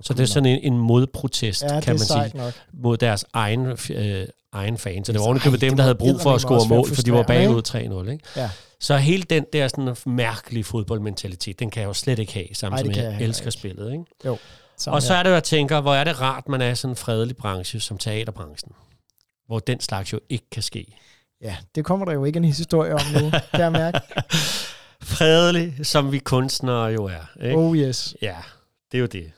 [SPEAKER 1] Så det er sådan en, en modprotest,
[SPEAKER 2] ja,
[SPEAKER 1] ja,
[SPEAKER 2] det
[SPEAKER 1] kan
[SPEAKER 2] er
[SPEAKER 1] man sige,
[SPEAKER 2] sejt nok.
[SPEAKER 1] mod deres egen, øh, egen fans. Så det var
[SPEAKER 2] Ej,
[SPEAKER 1] ordentligt
[SPEAKER 2] det
[SPEAKER 1] dem, der havde
[SPEAKER 2] må
[SPEAKER 1] brug for
[SPEAKER 2] eddermame
[SPEAKER 1] at score
[SPEAKER 2] også være
[SPEAKER 1] mål, for de var
[SPEAKER 2] frustrerende,
[SPEAKER 1] bagud 3-0. Ikke?
[SPEAKER 2] Ja.
[SPEAKER 1] Så hele den der sådan mærkelige fodboldmentalitet, den kan jeg jo slet ikke have,
[SPEAKER 2] Ej,
[SPEAKER 1] sammen
[SPEAKER 2] det
[SPEAKER 1] som
[SPEAKER 2] kan jeg
[SPEAKER 1] jeg,
[SPEAKER 2] heller
[SPEAKER 1] elsker
[SPEAKER 2] ikke.
[SPEAKER 1] spillet. Ikke?
[SPEAKER 2] Sådan
[SPEAKER 1] Og så
[SPEAKER 2] her.
[SPEAKER 1] er det, jo, jeg tænker, hvor er det rart, man er i sådan en fredelig branche som teaterbranchen, hvor den slags jo ikke kan ske.
[SPEAKER 2] Ja, det kommer der jo ikke en historie om nu, kan jeg mærke.
[SPEAKER 1] Fredelig, som vi kunstnere jo er. Ikke?
[SPEAKER 2] Oh yes.
[SPEAKER 1] Ja, det er jo det.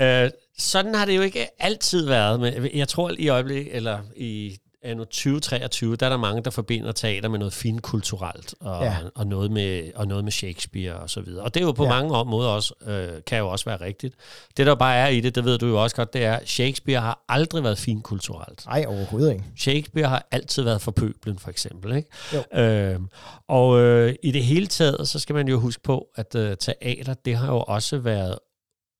[SPEAKER 1] Øh, sådan har det jo ikke altid været, men jeg tror i øjeblikket, eller i anno 2023, der er der mange, der forbinder teater med noget finkulturelt, og,
[SPEAKER 2] Ja.
[SPEAKER 1] ja. og, noget, med, og noget med Shakespeare og så videre. Og det er jo på
[SPEAKER 2] Ja.
[SPEAKER 1] ja. mange om- måder også, øh, kan jo også være rigtigt. Det der bare er i det, det ved du jo også godt, det er, Shakespeare har aldrig været finkulturelt.
[SPEAKER 2] Nej, overhovedet ikke.
[SPEAKER 1] Shakespeare har altid været for pøblen, for eksempel.
[SPEAKER 2] Jo.
[SPEAKER 1] Ikke? Øhm, og øh, i det hele taget, så skal man jo huske på, at øh, teater, det har jo også været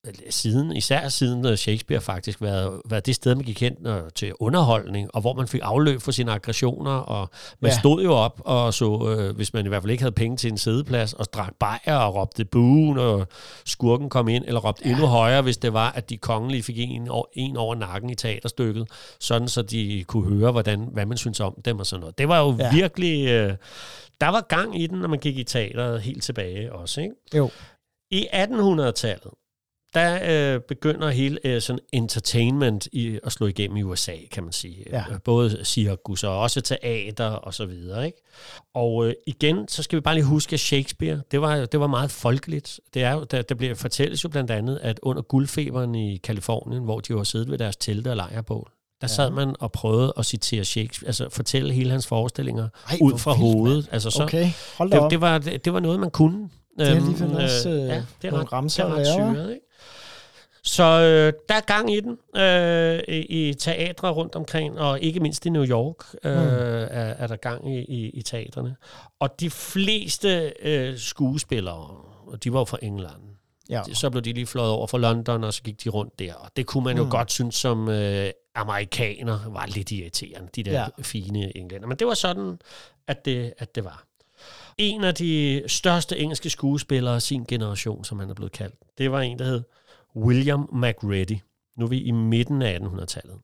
[SPEAKER 1] øh, siden, især siden øh, Shakespeare faktisk, været, været det sted, man gik hen øh, til underholdning, og hvor man fik afløb for sine aggressioner, og man
[SPEAKER 2] Ja.
[SPEAKER 1] ja. stod jo op og så, øh, hvis man i hvert fald ikke havde penge til en sædeplads, og drak bajer og råbte buen, og skurken kom ind, eller råbte ja. endnu højere, hvis det var, at de kongelige fik en, o- en over nakken i teaterstykket, sådan så de kunne høre, hvordan, hvad man synes om dem og sådan noget. Det var jo
[SPEAKER 2] Ja.
[SPEAKER 1] ja. virkelig... Øh, der var gang i den, når man gik i teateret helt tilbage også, ikke?
[SPEAKER 2] Jo.
[SPEAKER 1] I 1800-tallet, der øh, begynder hele øh, sådan entertainment i, at slå igennem i USA, kan man sige.
[SPEAKER 2] Ja.
[SPEAKER 1] Øh, Både cirkus og også teater og så videre, ikke? Og øh, igen, så skal vi bare lige huske, at Shakespeare, det var, det var meget folkeligt. Det er, jo- der, der bliver fortælles jo blandt andet, at under guldfeberen i Kalifornien, hvor de jo har siddet ved deres telte og lejerbål, der
[SPEAKER 2] Ja.
[SPEAKER 1] ja. sad man og prøvede at citere Shakespeare, altså fortælle hele hans forestillinger
[SPEAKER 2] Ej,
[SPEAKER 1] ud
[SPEAKER 2] hvor
[SPEAKER 1] fra
[SPEAKER 2] vildt,
[SPEAKER 1] hovedet. Altså,
[SPEAKER 2] mand.
[SPEAKER 1] så,
[SPEAKER 2] Okay, hold da
[SPEAKER 1] det,
[SPEAKER 2] op.
[SPEAKER 1] det, var, det, det var noget, man kunne.
[SPEAKER 2] Det er
[SPEAKER 1] Øhm,
[SPEAKER 2] alligevel også, øh,
[SPEAKER 1] det er
[SPEAKER 2] nogle
[SPEAKER 1] ret,
[SPEAKER 2] ramser
[SPEAKER 1] det er
[SPEAKER 2] at
[SPEAKER 1] ret
[SPEAKER 2] lære,
[SPEAKER 1] syret, ikke? Så øh, der er gang i den øh, i, i teatre rundt omkring, og ikke mindst i New York øh,
[SPEAKER 2] Mm.
[SPEAKER 1] mm. er, er der gang i, i, i teaterne. Og de fleste øh, skuespillere, og de var jo fra England,
[SPEAKER 2] Ja.
[SPEAKER 1] så blev de lige fløjet over fra London, og så gik de rundt der. Og det kunne man jo
[SPEAKER 2] Mm.
[SPEAKER 1] mm. godt synes som øh, amerikaner var lidt irriterende, de der
[SPEAKER 2] Ja.
[SPEAKER 1] ja. fine englænder. Men det var sådan, at det, at det var. En af de største engelske skuespillere af sin generation, som han er blevet kaldt, det var en, der hed William MacReady. Nu er vi i midten af 1800-tallet.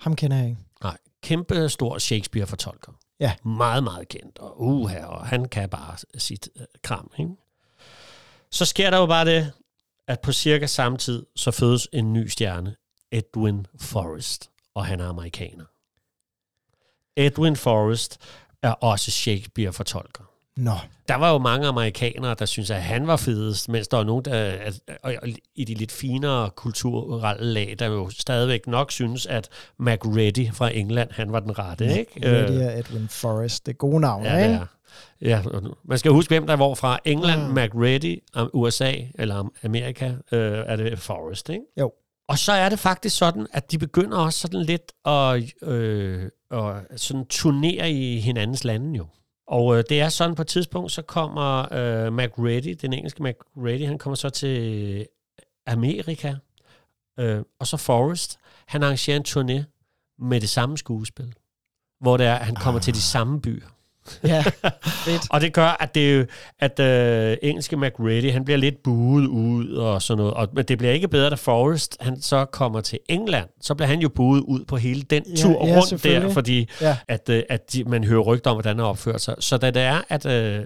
[SPEAKER 2] Ham kender jeg ikke.
[SPEAKER 1] Nej, kæmpe stor Shakespeare-fortolker.
[SPEAKER 2] Ja.
[SPEAKER 1] Meget, meget kendt. Og uha, og han kan bare sit øh, kram, ikke? Så sker der jo bare det, at på cirka samme tid, så fødes en ny stjerne, Edwin Forrest, og han er amerikaner. Edwin Forrest er også Shakespeare-fortolker.
[SPEAKER 2] Nå.
[SPEAKER 1] Der var jo mange amerikanere, der synes at han var fedest, mens der var nogen, der at- og- og i de lidt finere kulturelle lag, der jo stadigvæk nok synes, at MacReady fra England, han var den rette, ikke? Øh.
[SPEAKER 2] Lydia Edwin Forrest, det er gode navn,
[SPEAKER 1] ja, det
[SPEAKER 2] ikke?
[SPEAKER 1] er. Ja, og nu- man skal huske, hvem der er hvorfra. England, mm. MacReady, am- USA eller am- Amerika, øh, er det Forrest, ikke?
[SPEAKER 2] Jo.
[SPEAKER 1] Og så er det faktisk sådan, at de begynder også sådan lidt at, øh, at sådan turnere i hinandens lande jo. Og øh, det er sådan, på et tidspunkt, så kommer øh, MacReady, den engelske MacReady, han kommer så til Amerika, øh, og så Forrest, han arrangerer en turné med det samme skuespil, hvor det er, at han kommer ah. til de samme byer.
[SPEAKER 2] Ja,
[SPEAKER 1] Og det gør, at, det, jo- at øh, engelske McReady, han bliver lidt buet ud og sådan noget. Og, men det bliver ikke bedre, da Forrest han så kommer til England. Så bliver han jo buet ud på hele den
[SPEAKER 2] Ja,
[SPEAKER 1] tur
[SPEAKER 2] ja,
[SPEAKER 1] rundt der,
[SPEAKER 2] selvfølgelig.
[SPEAKER 1] fordi
[SPEAKER 2] Ja.
[SPEAKER 1] ja. at, øh, at de, man hører rygter om, hvordan han opfører sig. Så da det er, at øh,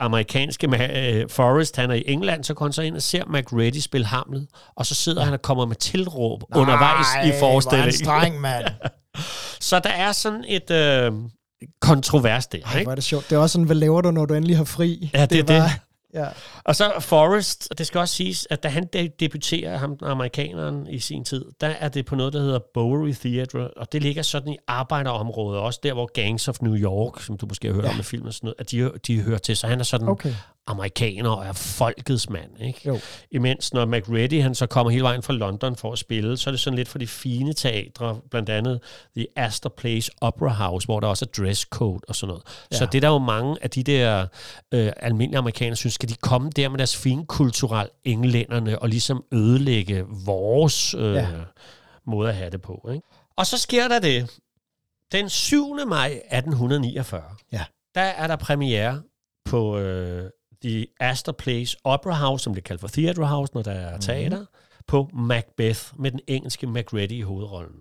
[SPEAKER 1] amerikanske Ma- øh, Forrest, han er i England, så går han så ind og ser McReady spille hamlet, og så sidder han og kommer med tilråb Nej, undervejs i
[SPEAKER 2] forestillingen.
[SPEAKER 1] forestillingen.
[SPEAKER 2] streng, mand.
[SPEAKER 1] Så der er sådan et øh, kontrovers der,
[SPEAKER 2] Ej,
[SPEAKER 1] ikke?
[SPEAKER 2] hvor er det sjovt. Det er også sådan, hvad laver du, når du endelig har fri?
[SPEAKER 1] Ja, det er
[SPEAKER 2] var-
[SPEAKER 1] det.
[SPEAKER 2] Ja.
[SPEAKER 1] Og så Forrest, og det skal også siges, at da han de- debuterer ham, amerikaneren i sin tid, der er det på noget, der hedder Bowery Theatre, og det ligger sådan i arbejderområdet også, der hvor Gangs of New York, som du måske har hørt ja. om i film og sådan noget, at de, de hører til. Så han er sådan
[SPEAKER 2] Okay.
[SPEAKER 1] amerikaner og er folkets mand. Ikke?
[SPEAKER 2] Jo.
[SPEAKER 1] Imens når McReady han så kommer hele vejen fra London for at spille, så er det sådan lidt for de fine teatre, blandt andet The Astor Place Opera House, hvor der også er dresscode og sådan noget. Ja. Så det er der jo mange af de der øh, almindelige amerikanere synes, skal de komme der med deres fine kulturel englænderne og ligesom ødelægge vores øh,
[SPEAKER 2] Ja.
[SPEAKER 1] ja. måde at have det på. Ikke? Og så sker der det. Den 7. maj 1849,
[SPEAKER 2] Ja.
[SPEAKER 1] der er der premiere på øh, The Astor Place Opera House, som bliver kaldt for Theatre House, når der er teater, på Macbeth med den engelske MacReady i hovedrollen.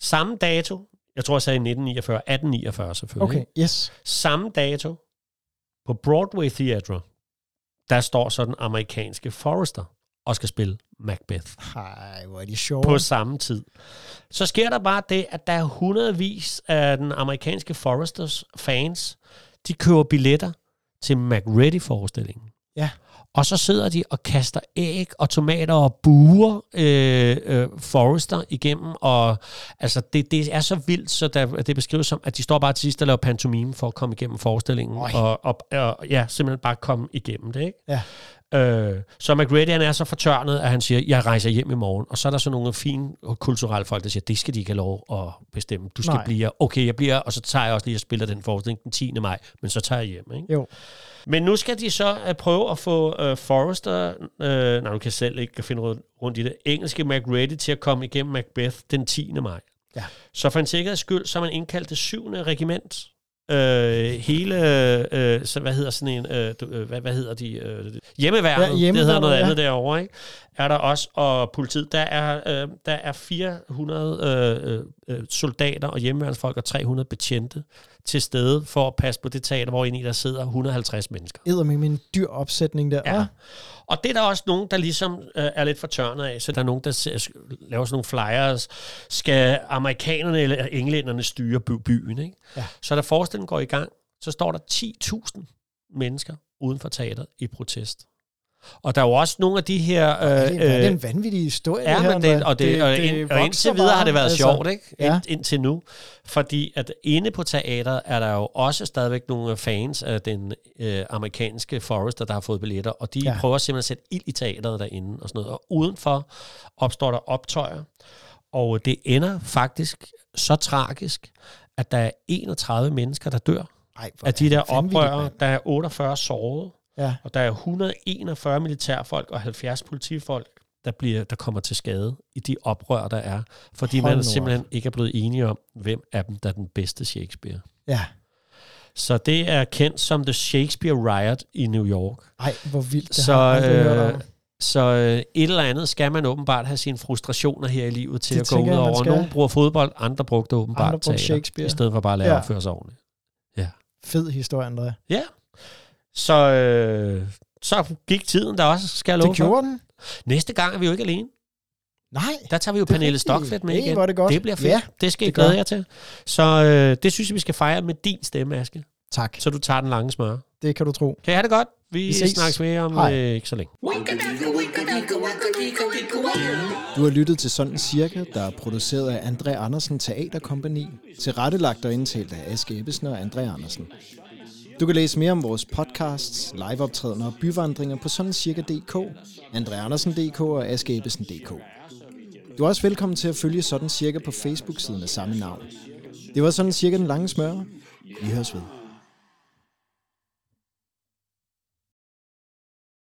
[SPEAKER 1] Samme dato, jeg tror jeg sagde 1949, 1849 selvfølgelig.
[SPEAKER 2] Okay, yes.
[SPEAKER 1] Samme dato på Broadway Theatre, der står så den amerikanske Forrester og skal spille Macbeth
[SPEAKER 2] Ej, hvor er de sjove.
[SPEAKER 1] på samme tid. Så sker der bare det, at der er hundredvis af den amerikanske Forresters fans, de køber billetter til MacReady-forestillingen.
[SPEAKER 2] Ja.
[SPEAKER 1] Og så sidder de og kaster æg og tomater og buer øh, øh, Forrester igennem. Og altså, det, det er så vildt, så der, det beskrives som, at de står bare til sidst og laver pantomime for at komme igennem forestillingen.
[SPEAKER 2] Oj.
[SPEAKER 1] Og, og, og, ja, simpelthen bare komme igennem det, ikke?
[SPEAKER 2] Ja.
[SPEAKER 1] Øh, så McGrady han er så fortørnet, at han siger, jeg rejser hjem i morgen. Og så er der sådan nogle fine kulturelle folk, der siger, det skal de ikke have lov at bestemme. Du skal
[SPEAKER 2] Nej.
[SPEAKER 1] Nej. blive, her. okay, jeg bliver, her, og så tager jeg også lige og spiller den forestilling den 10. maj, men så tager jeg hjem. Ikke?
[SPEAKER 2] Jo.
[SPEAKER 1] Men nu skal de så øh, prøve at få øh, Forrester, øh, nej, du kan selv ikke finde rundt- rundt i det, engelske McReady til at komme igennem Macbeth den 10. maj.
[SPEAKER 2] Ja.
[SPEAKER 1] Så for en sikkerheds skyld, så har man indkaldt det 7. regiment. Øh, hele, øh, så hvad hedder sådan en, øh, du- øh, hvad, hvad hedder de? Øh, hjemmeværnet,
[SPEAKER 2] Ja,
[SPEAKER 1] ja, hjemmeværnet, det hedder noget
[SPEAKER 2] hjemmeværnet,
[SPEAKER 1] andet derovre, ikke? Er der også, og politiet, der er, øh, der er 400 øh, øh, øh, soldater og hjemmeværnsfolk og 300 betjente til stede for at passe på det teater, hvor i der sidder 150 mennesker.
[SPEAKER 2] Æder med min dyr opsætning der.
[SPEAKER 1] Ja. Og det er der også nogen, der ligesom øh, er lidt fortørnet af, så der er nogen, der ser, laver sådan nogle flyers. Skal amerikanerne eller englænderne styre by- byen? Ikke?
[SPEAKER 2] Ja.
[SPEAKER 1] Så da forestillingen går i gang, så står der 10.000 mennesker uden for teateret i protest. Og der er jo også nogle af de her... Øh,
[SPEAKER 2] Det, er, det er en vanvittig historie,
[SPEAKER 1] Ja,
[SPEAKER 2] det her.
[SPEAKER 1] men det,
[SPEAKER 2] mand.
[SPEAKER 1] og, det, og, ind, og
[SPEAKER 2] vokser
[SPEAKER 1] indtil videre har det været
[SPEAKER 2] bare,
[SPEAKER 1] altså, sjovt, ikke? Ind,
[SPEAKER 2] ja.
[SPEAKER 1] ja. Indtil nu. Fordi at inde på teateret er der jo også stadigvæk nogle fans af den øh, amerikanske Forrester, der har fået billetter, og de
[SPEAKER 2] Ja.
[SPEAKER 1] ja. prøver simpelthen at sætte ild i teateret derinde og sådan noget. Og udenfor opstår der optøjer, og det ender faktisk så tragisk, at der er 31 mennesker, der dør
[SPEAKER 2] Ej, hvor
[SPEAKER 1] af de
[SPEAKER 2] er
[SPEAKER 1] der
[SPEAKER 2] det vanvittigt,
[SPEAKER 1] oprørere.
[SPEAKER 2] mand.
[SPEAKER 1] Der er 48 såret,
[SPEAKER 2] Ja.
[SPEAKER 1] og der er 141 militærfolk og 70 politifolk, der, bliver, der kommer til skade i de oprør, der er. Fordi
[SPEAKER 2] Hold
[SPEAKER 1] Hold
[SPEAKER 2] nu
[SPEAKER 1] man simpelthen ikke er blevet enige om, hvem af dem, der er den bedste Shakespeare.
[SPEAKER 2] ja.
[SPEAKER 1] Så det er kendt som The Shakespeare Riot i New York.
[SPEAKER 2] Ej, hvor vildt det
[SPEAKER 1] Så,
[SPEAKER 2] har jeg aldrig hørt
[SPEAKER 1] øh,
[SPEAKER 2] om.
[SPEAKER 1] så øh, et eller andet skal man åbenbart have sine frustrationer her i livet til
[SPEAKER 2] Det
[SPEAKER 1] at gå
[SPEAKER 2] tænker
[SPEAKER 1] ud
[SPEAKER 2] jeg, man
[SPEAKER 1] over.
[SPEAKER 2] skal.
[SPEAKER 1] Nogle bruger fodbold, andre brugte åbenbart
[SPEAKER 2] Andre brugte
[SPEAKER 1] teater,
[SPEAKER 2] Shakespeare.
[SPEAKER 1] i stedet for bare at lære
[SPEAKER 2] Ja.
[SPEAKER 1] ja. at opføre sig ordentligt.
[SPEAKER 2] Fed historie, André.
[SPEAKER 1] Ja. Så, øh, så gik tiden der også, skal jeg
[SPEAKER 2] Det
[SPEAKER 1] love for.
[SPEAKER 2] gjorde den.
[SPEAKER 1] Næste gang er vi jo ikke alene.
[SPEAKER 2] Nej.
[SPEAKER 1] Der tager vi jo
[SPEAKER 2] Det er
[SPEAKER 1] Pernille
[SPEAKER 2] rigtigt.
[SPEAKER 1] Stockfeldt med
[SPEAKER 2] Ej,
[SPEAKER 1] igen.
[SPEAKER 2] hvor er det godt.
[SPEAKER 1] Det bliver fedt.
[SPEAKER 2] Ja,
[SPEAKER 1] Ja, det skal I
[SPEAKER 2] det gør.
[SPEAKER 1] glæde jer til. Så øh, det synes jeg, vi skal fejre med din stemme, Aske.
[SPEAKER 2] Tak.
[SPEAKER 1] Så du tager den lange smør.
[SPEAKER 2] Det kan du tro.
[SPEAKER 1] Kan I have det godt? Vi,
[SPEAKER 2] Vi
[SPEAKER 1] vi
[SPEAKER 2] ses.
[SPEAKER 1] snakkes mere om
[SPEAKER 2] Hej.
[SPEAKER 1] øh, ikke så længe.
[SPEAKER 2] Du har lyttet til Sådan Cirka, der er produceret af André Andersen Teaterkompagni, tilrettelagt og indtalt af Aske Ebbesen og André Andersen. Du kan læse mere om vores podcasts, liveoptrædener og byvandringer på sådancirka.dk, andreandersen.dk og askeebbesen.dk. Du er også velkommen til at følge Sådan Cirka på Facebook-siden af samme navn. Det var Sådan Cirka den lange smør. Vi høres ved.